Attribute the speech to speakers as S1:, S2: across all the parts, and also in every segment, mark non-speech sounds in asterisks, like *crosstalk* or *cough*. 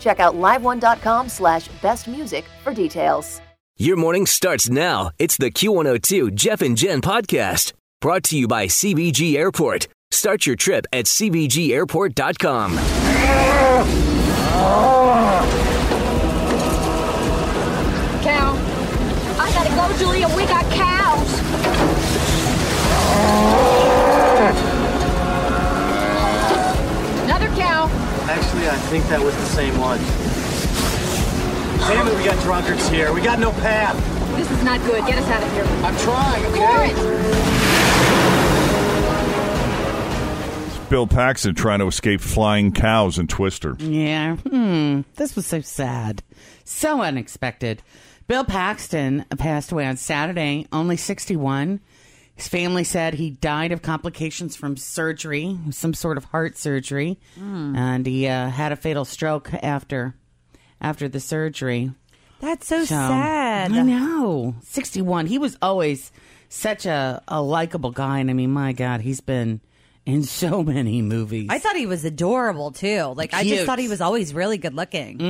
S1: Check out liveone.com slash bestmusic for details.
S2: Your morning starts now. It's the Q102 Jeff and Jen podcast brought to you by CBG Airport. Start your trip at CBGAirport.com.
S3: Cow. I gotta go, Julia. We got cows. Another cow.
S4: Actually, I think that was the same one. Damn it, we got drunkards here. We got no path.
S3: This is not good. Get us out of here.
S4: I'm trying,
S3: Warren!
S5: Bill Paxton trying to escape flying cows in Twister.
S6: Yeah. Hmm. This was so sad. So unexpected. Bill Paxton passed away on Saturday, only 61. His family said he died of complications from surgery, some sort of heart surgery,
S7: Hmm.
S6: and he uh, had a fatal stroke after after the surgery.
S7: That's so,
S6: So-
S7: sad.
S6: I know. 61. He was always such a, a likable guy and I mean, my god, he's been in so many movies.
S7: I thought he was adorable too. Like I
S6: Cute. Mm.
S7: just thought he was always really good looking.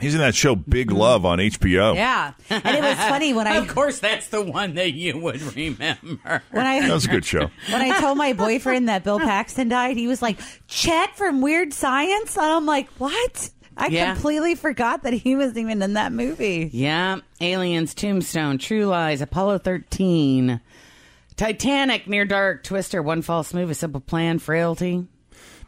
S5: He's in that show Big Love on HBO.
S7: Mm-hmm. Yeah, and it was
S6: *laughs*
S7: funny when I
S6: of course that's the one that you would remember.
S7: when
S5: That
S7: I
S5: was a good show.
S7: when I told my boyfriend that Bill Paxton died, he was like Chet from Weird Science, and I'm like, what? I
S6: Yeah.
S7: completely forgot that he was even in that movie.
S6: Yeah. Aliens, Tombstone, True Lies, Apollo 13, Titanic, Near Dark, Twister, One False Move, A Simple Plan, Frailty.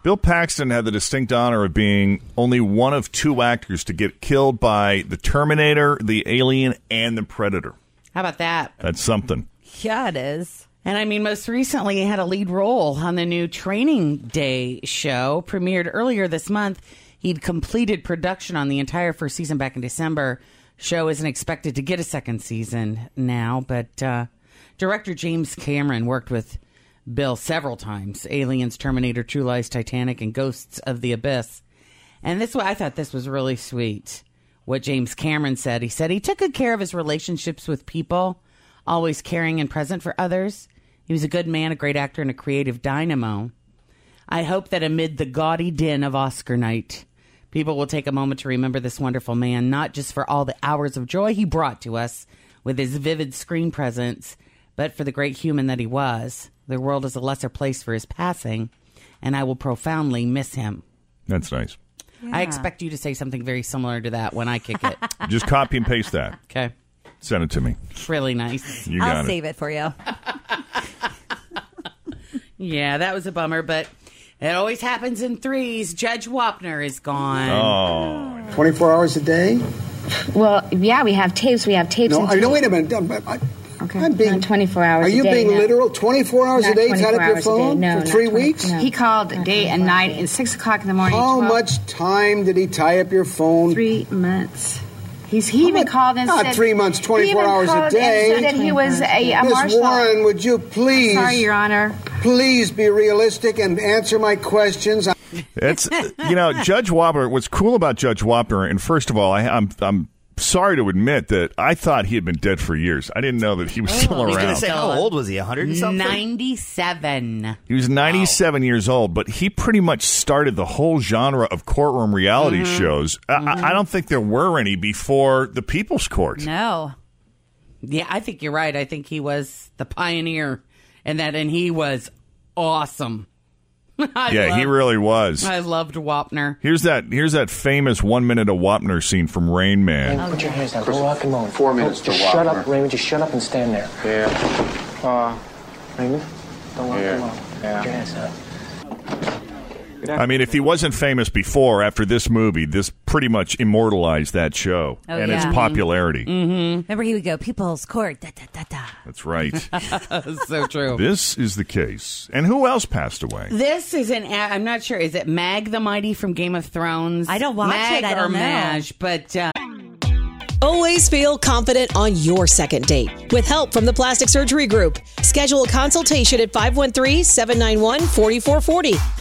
S5: Bill Paxton had the distinct honor of being only one of two actors to get killed by the Terminator, the Alien, and the Predator.
S6: How about that?
S5: That's something.
S7: Yeah, it is.
S6: And I mean, most recently, he had a lead role on the new Training Day show, premiered earlier this month. He'd completed production on the entire first season back in December. Show isn't expected to get a second season now, but uh, director James Cameron worked with Bill several times Aliens, Terminator, True Lies, Titanic, and Ghosts of the Abyss. And this, I thought this was really sweet. What James Cameron said, he said he took good care of his relationships with people, always caring and present for others. He was a good man, a great actor, and a creative dynamo. I hope that amid the gaudy din of Oscar night, people will take a moment to remember this wonderful man, not just for all the hours of joy he brought to us with his vivid screen presence, but for the great human that he was. The world is a lesser place for his passing, and I will profoundly miss him.
S5: That's nice.
S6: I expect you to say something very similar to that when I kick it.
S5: Just copy and paste that.
S6: okay.
S5: Send it to me.
S6: It's really nice.
S5: You got
S7: I'll
S5: it.
S7: save it for you.
S6: Yeah, that was a bummer, but it always happens in threes. Judge Wapner is gone.
S5: Oh,
S8: 24 hours a day?
S9: Well, yeah, we have tapes. We have tapes.
S8: No,
S9: and
S8: I, no
S9: tapes.
S8: wait a minute. uh, I'm, I,
S9: Okay.
S8: I'm being
S9: Not 24 hours
S8: Are
S9: a
S8: you
S9: day,
S8: being
S9: no.
S8: literal? 24 hours
S9: Not
S8: a day tied
S9: 24
S8: up your
S9: hours a day,
S8: phone
S9: no,
S8: for
S9: not
S8: three
S9: 20
S8: weeks?
S9: no. He called day and night at six o'clock in the morning.
S8: How
S9: 12
S8: much time did he tie up your phone?
S9: Three months. He's he
S8: How
S9: even
S8: much-
S9: called and
S8: not
S9: said
S8: three months,
S9: he
S8: 24
S9: even
S8: hours a
S9: called and
S8: day.
S9: said that he was a, a
S8: Miss
S9: marshal.
S8: Warren, would you please,
S9: Sorry, Your Honor.
S8: please be realistic and answer my questions? I-
S5: It's you know Judge Wapner. What's cool about Judge Wapner, and first of all, I, I'm I'm sorry to admit that Oh, I thought he had been dead for years. I didn't know that he was still
S6: was
S5: around.
S6: gonna
S4: Say, how old was he? 100 and something?
S6: 97.
S5: he was 97 years old, but he pretty much started the whole genre of courtroom reality
S6: Mm-hmm.
S5: shows. I, I, I don't think there were any before the People's Court.
S7: No,
S6: Yeah, I think you're right. I think he was the pioneer and that, and he was awesome. *laughs* I
S5: yeah, he
S6: love-
S5: really was.
S6: I loved Wapner. *laughs*
S5: Here's that. Here's that famous one minute of Wapner scene from Rain Man.
S10: Raymond, put your hands down. Go rock and roll.
S11: Four minutes
S10: Oh,
S11: to
S10: Just
S11: rock,
S10: shut up,
S11: Mark.
S10: Raymond. Just shut up and stand there. Yeah. Uh, Raymond, don't rock and
S11: Yeah.
S10: roll. Put your hands down.
S5: I mean, if he wasn't famous before, after this movie, this pretty much immortalized that show
S7: Oh,
S5: and its
S7: yeah.
S5: popularity.
S6: Mm.
S7: Mm-hmm. Remember, he would go, People's Court. Da, da, da, da.
S5: That's right.
S6: *laughs* so true.
S5: *laughs* This is the case. And who else passed away?
S6: This is an. I'm not sure. Is it Mag the Mighty from Game of Thrones? I don't
S7: watch
S6: Mag
S7: it, I
S6: or
S7: don't know.
S6: Maj, but uh,
S12: Always feel confident on your second date. With help from the Plastic Surgery Group, schedule a consultation at 513 791 4440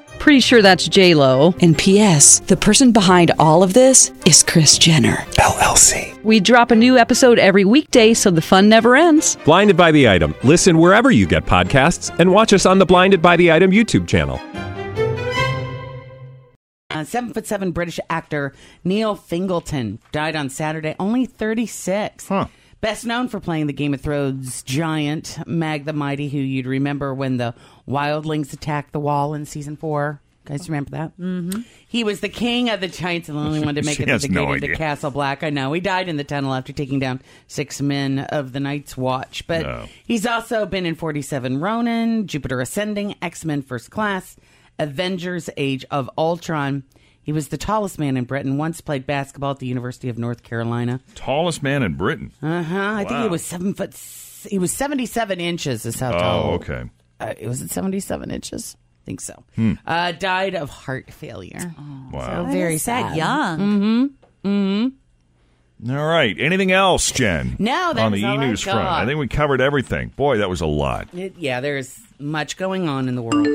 S13: Pretty sure that's J Lo. And P.S. The person behind all of this is Chris Jenner LLC. We drop a new episode every weekday, so the fun never ends.
S14: Blinded by the item. Listen wherever you get podcasts, and watch us on the Blinded by the Item YouTube channel.
S6: uh, seven foot seven British actor Neil Fingleton died on Saturday, only 36. Best known for playing the Game of Thrones giant Mag the Mighty, who you'd remember when the wildlings attacked the wall in season four. Guys, remember that? Mm-hmm. He was the king of the giants and the only
S15: *laughs*
S6: one to make
S15: She
S6: it to
S15: has
S6: the
S15: no
S6: gate of the
S15: idea.
S6: Castle Black. I know. He died in the tunnel after taking down six men of the Night's Watch. But he's also been in 47 Ronin, Jupiter Ascending, X Men First Class, Avengers Age of Ultron. He was the tallest man in Britain, once played basketball at the University of North Carolina.
S5: Tallest man in Britain.
S6: Uh huh. I think
S5: Wow.
S6: he was seven foot. s- He was 77 inches, is how tall.
S5: Oh, okay.
S6: Uh, it was at 77 inches. I think so.
S5: Hmm.
S6: Uh, died of heart failure.
S5: Wow.
S6: So
S7: That
S6: Oh, very
S7: is that
S6: sad.
S7: young.
S6: Mm-hmm. Mm-hmm.
S5: All right. Anything else, Jen?
S6: No, that
S5: on
S6: was
S5: the
S6: all I
S5: e-news front.
S6: got.
S5: I think we covered everything. Boy, that was a lot.
S6: It- yeah, there's much going on in the world.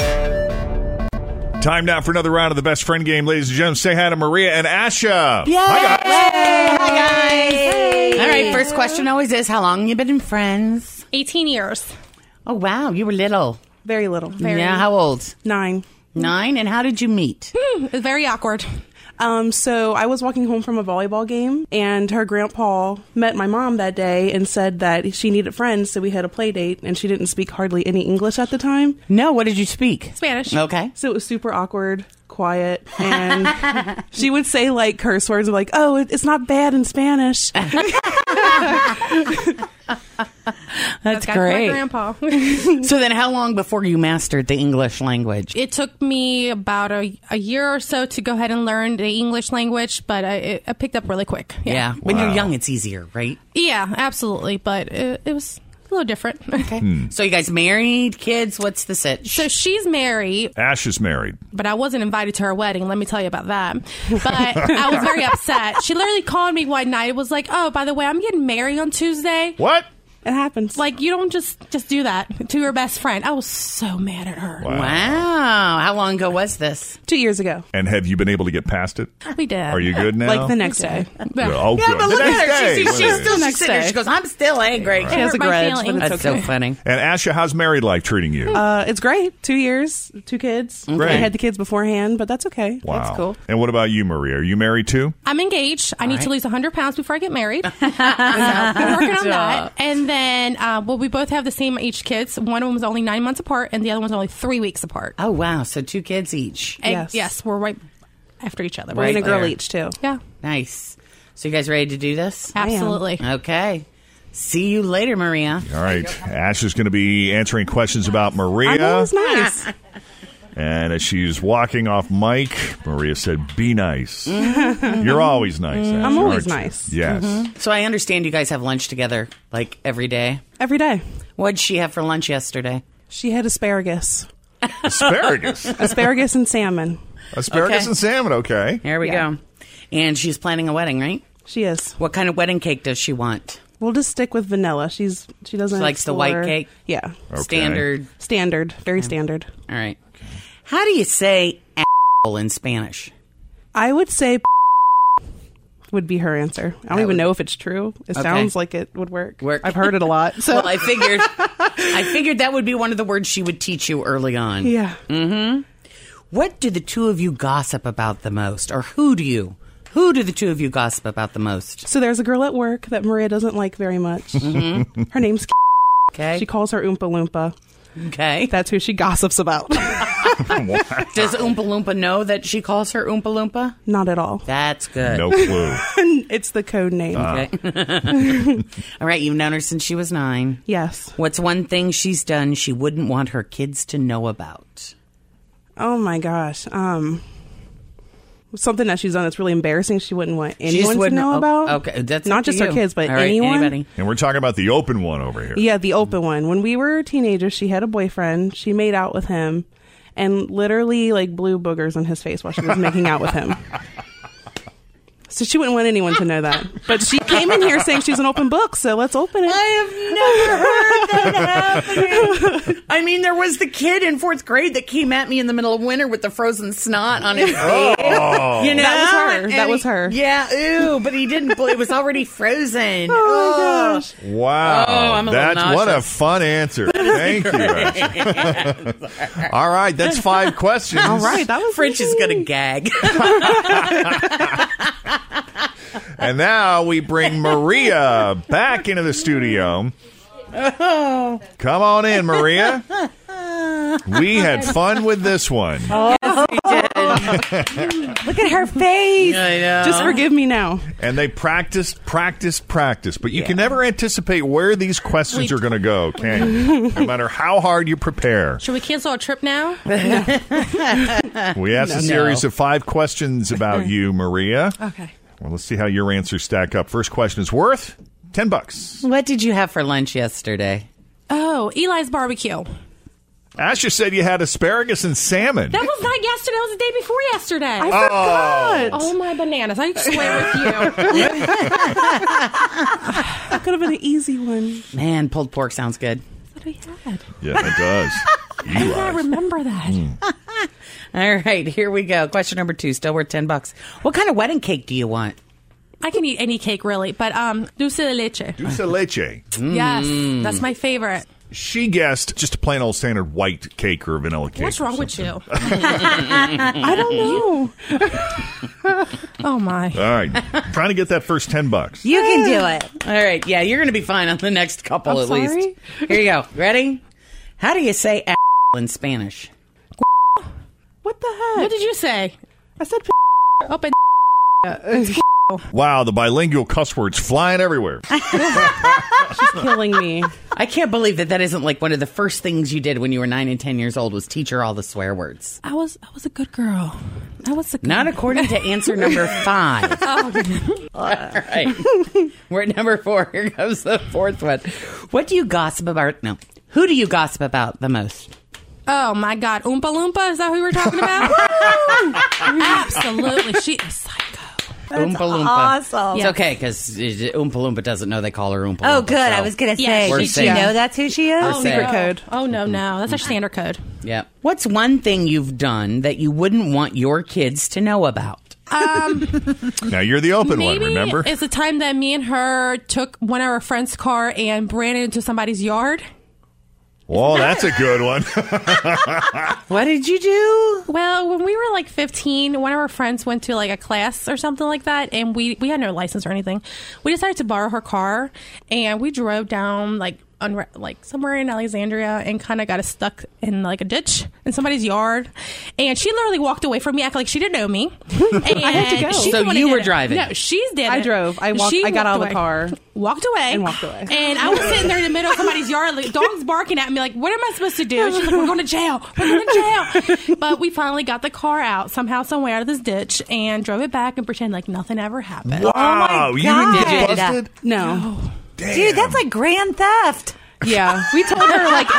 S5: Time now for another round of the best friend game, ladies and gentlemen. Say hi to Maria and Asha. Hi, guys.
S6: Hi guys. All right, first question always is how long you been in friends?
S16: 18 years.
S6: Oh wow, you were little.
S16: Very little. Very
S6: Yeah, how old?
S16: Nine.
S6: Nine, and how did you meet?
S16: Very awkward. Um, so I was walking home from a volleyball game, and her grandpa met my mom that day and said that she needed friends, so we had a play date, and she didn't speak hardly any English at the time.
S6: No, what did you speak?
S16: Spanish.
S6: Okay.
S16: So it was super awkward, quiet, and she would say like curse words like, "Oh, it- it's not bad in Spanish."
S6: That's
S16: kinda my *laughs*
S6: great.
S16: grandpa.
S6: so then how long before you mastered the English language?
S16: It took me about a, a year or so to go ahead and learn the English language, but I, it, I picked up really quick.
S6: Yeah. When you're
S16: Wow.
S6: young it's easier, right?
S16: Yeah, absolutely. But it, it was a little different. Okay.
S6: So you guys married, kids, what's the
S16: *laughs*
S6: sit?
S16: So she's married,
S5: Ash is married.
S16: but I wasn't invited to her wedding. Let me tell you about that. *laughs* But I was very upset. She literally called me one night. and was like, "Oh, by the way, I'm getting married on Tuesday."
S5: What?
S16: It happens. Like you don't just just do that to your best friend. I was so mad at her.
S5: Wow.
S6: Wow. Oh, How long ago was this?
S16: Two years ago.
S5: And have you been able to get past it?
S16: We did.
S5: Are you good now?
S16: Like the next day.
S5: Yeah, oh,
S6: yeah,
S5: good.
S6: but
S5: The
S6: look at
S5: next
S6: her.
S5: day.
S6: She, she's,
S5: Look at
S6: she's
S5: it.
S6: still
S16: The next
S6: sitting there.
S16: day.
S6: She goes, I'm still angry.
S16: It hurt my feelings.
S6: That's
S16: It's
S6: so
S16: okay.
S6: funny.
S5: And Asha, how's married life treating you? Mm-hmm.
S16: Uh, it's great. Two years, two kids.
S5: Great.
S16: I had the kids beforehand, but that's okay.
S5: wow.
S16: That's cool.
S5: And what about you, Maria? Are you
S16: *laughs*
S5: married too?
S16: I'm engaged. I need
S5: All
S16: to
S5: right.
S16: lose 100 pounds before I get *laughs* married. so, I'm working on that. And then, uh, well, we both have the same each kids. One of them was only nine months apart, and the other one's only three weeks apart.
S6: Oh wow, so two kids each.
S16: And yes, we're right after each other.
S6: Right
S16: we're gonna
S6: there.
S16: girl each too. Yeah.
S6: Nice. So you guys ready to do this?
S16: I am. Absolutely.
S6: Okay. See you later, Maria.
S5: All right. Ash is going to be answering questions about
S6: I know,
S5: Maria.
S6: it's nice.
S5: And as she's walking off mic, Maria said, Be nice. You're always nice. Ash,
S6: I'm
S5: aren't
S6: always
S5: you?
S6: nice.
S5: Yes.
S16: Mm-hmm.
S6: So I understand you guys have lunch together like every day.
S16: Every day.
S6: What'd she have for lunch yesterday?
S16: She had asparagus. *laughs*
S5: Asparagus.
S16: asparagus and salmon.
S5: Asparagus
S6: Okay.
S5: and salmon. Okay.
S6: Here we
S16: Yeah.
S6: go. And she's planning a wedding, right?
S16: She is.
S6: What kind of wedding cake does she want?
S16: We'll just stick with vanilla. She's she doesn't
S6: She likes the white
S16: explore-
S6: cake?
S16: Yeah.
S6: Okay. Standard.
S16: Standard. Very standard.
S6: All right. How do you say asshole in Spanish?
S16: I would say would be her answer. I don't
S6: That
S16: even
S6: would-
S16: know if it's true. It
S6: Okay.
S16: sounds like it would work.
S6: Work.
S16: I've heard it a lot. So
S6: *laughs* well, I figured, I figured that would be one of the words she would teach you early on.
S16: Yeah.
S6: Mm-hmm. What do the two of you gossip about the most, or who do you? Who do the two of you gossip about the most?
S16: So there's a girl at work that Maria doesn't like very much.
S6: Mhm.
S16: Her name's
S6: okay.
S16: She calls her Oompa Loompa.
S6: Okay.
S16: That's who she gossips about.
S6: *laughs* Does Oompa Loompa know that she calls her Oompa Loompa?
S16: Not at all.
S6: That's good.
S16: No clue. it's the code name.
S6: Uh. Okay. All right, you've known her since she was nine.
S16: Yes.
S6: What's one thing she's done she wouldn't want her kids to know about?
S16: Oh my gosh. Um something that she's done that's really embarrassing she wouldn't want anyone to
S6: wouldn't-
S16: know
S6: oh,
S16: about.
S6: okay, that's
S16: not
S6: up to
S16: just her
S6: you.
S16: kids, but
S6: All right,
S16: anyone.
S6: anybody.
S5: And we're talking about the open one over
S16: *laughs*
S5: here.
S16: Yeah, the open one. When we were teenagers, she had a boyfriend. She made out with him and literally like blew boogers on his face while she was making out with him. So she wouldn't want anyone to know that. But she came in here saying she's an open book, so let's open it.
S6: I have never heard that happening. I mean, there was the kid in fourth grade that came at me in the middle of winter with the frozen snot on his face.
S16: Oh.
S6: You know,
S16: That was her.
S6: And
S16: That was
S6: he-
S16: her.
S6: Yeah, ooh, but he didn't. bl- It was already frozen.
S16: Oh, my
S6: Ugh.
S16: gosh.
S5: Wow.
S6: Oh, I'm a little
S5: that's what a
S6: nauseous.
S16: *laughs*
S5: fun answer. Thank you. Ashley. All right, that's five questions.
S6: All right, that was French is gonna gag.
S5: And now we bring Maria back into the studio.
S6: oh.
S5: Come on in, Maria. We had fun with this one.
S16: Look at her face.
S6: I know.
S16: Just forgive me now.
S5: And they practiced, practiced, practiced. But you can never anticipate where these questions are going to go,
S11: *laughs*
S5: can you? No matter how hard you prepare.
S11: Should we cancel our trip now?
S5: We asked
S11: No.
S5: a series of five
S11: *laughs*
S5: questions about you, Maria.
S11: Okay.
S5: Well, let's see how your answers stack up. First question is worth 10 bucks.
S6: What did you have for lunch yesterday?
S11: Oh, Eli's barbecue.
S5: Asher said you had asparagus and salmon.
S11: That was not yesterday. That was the day before yesterday. I
S5: forgot.
S11: Oh my bananas! I swear with you.
S16: That could have been an easy one.
S6: Man, pulled pork sounds good.
S11: What do we have?
S5: Yeah, it does.
S11: How did I remember that?
S6: All right, here we go. Question number two, still worth 10 bucks. What kind of wedding cake do you want?
S11: I can eat any cake really, but um, dulce de leche.
S5: Dulce de *laughs* leche.
S11: Yes, that's my favorite.
S5: She guessed just a plain old standard white cake or vanilla cake.
S11: What's wrong with you?
S16: I
S11: *laughs*
S16: don't know.
S11: oh my.
S5: All right. *laughs* Trying to get that first 10 bucks.
S6: You can do it. All right, yeah, you're going to be fine on the next couple
S5: I'm
S6: at least. Here you go. Ready? How do you say a- *laughs* in Spanish?
S11: What did you say?
S16: I said
S11: open.
S5: *laughs* Wow, the bilingual cuss words flying everywhere.
S16: She's killing me.
S6: I can't believe that that isn't like one of the first things you did when you were 9 and 10 years old was teach her all the swear words.
S11: I was I was a good girl. I was a good
S6: Not according to answer number
S11: *laughs*
S6: 5.
S11: Oh,
S6: All right. We're at number 4. Here comes the fourth one. What do you gossip about? No. Who do you gossip about the most?
S11: Oh my God, Oompa Loompa? Is that who we're talking
S6: *laughs*
S11: about? Absolutely, she is psycho.
S6: Oompa Loompa. It's
S11: Yeah.
S6: okay because Oompa Loompa doesn't know they call her Oompa
S7: Oh,
S6: Loompa,
S7: good. I
S6: so
S7: was gonna
S6: Yeah,
S7: say,
S6: we're
S7: did you
S6: safe.
S7: know that's who she is?
S6: We're safe. Secret code.
S11: Oh no, no, that's our standard code.
S6: Yeah. What's one thing you've done that you wouldn't want your kids to know about?
S5: Now you're the open one,
S11: Maybe
S5: remember?
S11: it's the time that me and her took one of our friend's car and ran it into somebody's yard. Oh
S5: Whoa, that's a
S11: *laughs*
S5: good one.
S6: what did you do?
S11: Well, when we were like 15, one of our friends went to like a class or something like that, and we we had no license or anything. We decided to borrow her car, and we drove down like unre- like somewhere in Alexandria, and kind of got us stuck in like a ditch in somebody's yard. And she literally walked away from me, acting like she didn't know me. And
S16: I had to go.
S11: she's
S16: So
S11: the one
S16: you
S11: who
S16: were
S11: did it.
S16: driving.
S11: No, she did.
S16: Oh. I
S11: it.
S16: drove. I walked-
S11: She
S16: I got out of the
S11: away.
S16: car.
S11: walked away,
S16: And walked away.
S11: And I was sitting there in the middle of somebody's yard, like dog's barking at me, like, "What am I supposed to do?" She's like, "We're going to jail. We're going to jail." but we finally got the car out somehow, some way out of this ditch, and drove it back and pretended like nothing ever happened.
S5: Wow, you didn't get
S16: God.
S5: busted?
S16: No.
S7: Dude, that's like grand theft.
S16: Yeah, we told her
S6: *laughs*
S16: like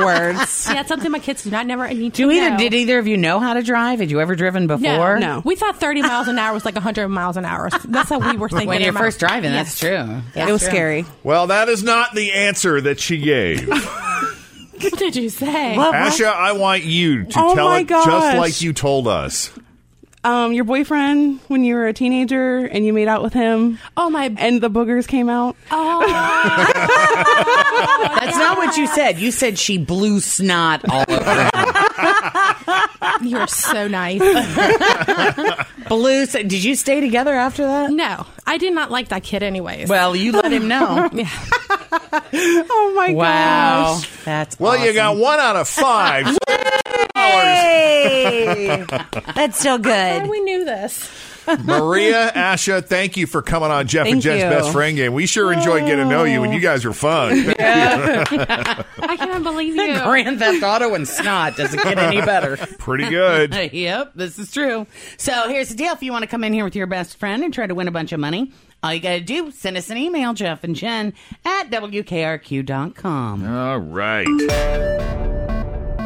S16: afterwards.
S11: Yeah, it's something my kids do not never need to
S6: Do either
S11: know.
S6: did either of you know how to drive? Had you ever driven before?
S11: No, We thought 30 miles an hour was like 100 miles an hour. That's how we were thinking.
S6: When you're
S11: about-
S6: first driving,
S11: Yes.
S6: that's true.
S11: It was scary.
S5: Well, that is not the answer that she gave.
S11: What did you say?
S5: Asha, I want you to
S16: Oh
S5: tell
S16: my
S5: it
S16: gosh.
S5: just like you told us.
S16: Um, your boyfriend when you were a teenager and you made out with him.
S11: Oh my!
S16: And the boogers came out.
S6: *laughs* That's not what you said. You said she *laughs* blew snot all over him.
S11: You're so nice.
S6: Blue. Did you stay together after that?
S11: No, I did not like that kid. Anyways,
S6: Well, you let
S16: *laughs*
S6: him know.
S11: yeah.
S16: oh my
S6: Wow. That's
S5: well, you got one out of
S11: *laughs*
S5: five. so
S7: Hey, that's still
S11: Glad
S7: good.
S11: we knew this.
S5: Maria, Asha, thank you for coming on Jeff and
S11: Thank
S5: Jen's
S11: you.
S5: Best Friend Game. We sure enjoyed getting to know you, and you guys are fun. Thank you.
S11: I cannot believe you.
S6: Grand Theft Auto and snot doesn't get any better.
S5: Pretty
S11: *laughs*
S5: good.
S6: *laughs* yep, this is true. So here's the deal: if you want to come in here with your best friend and try to win a bunch of money, all you got to do send us an email, Jeff and Jen at wkrq.com.
S5: All right.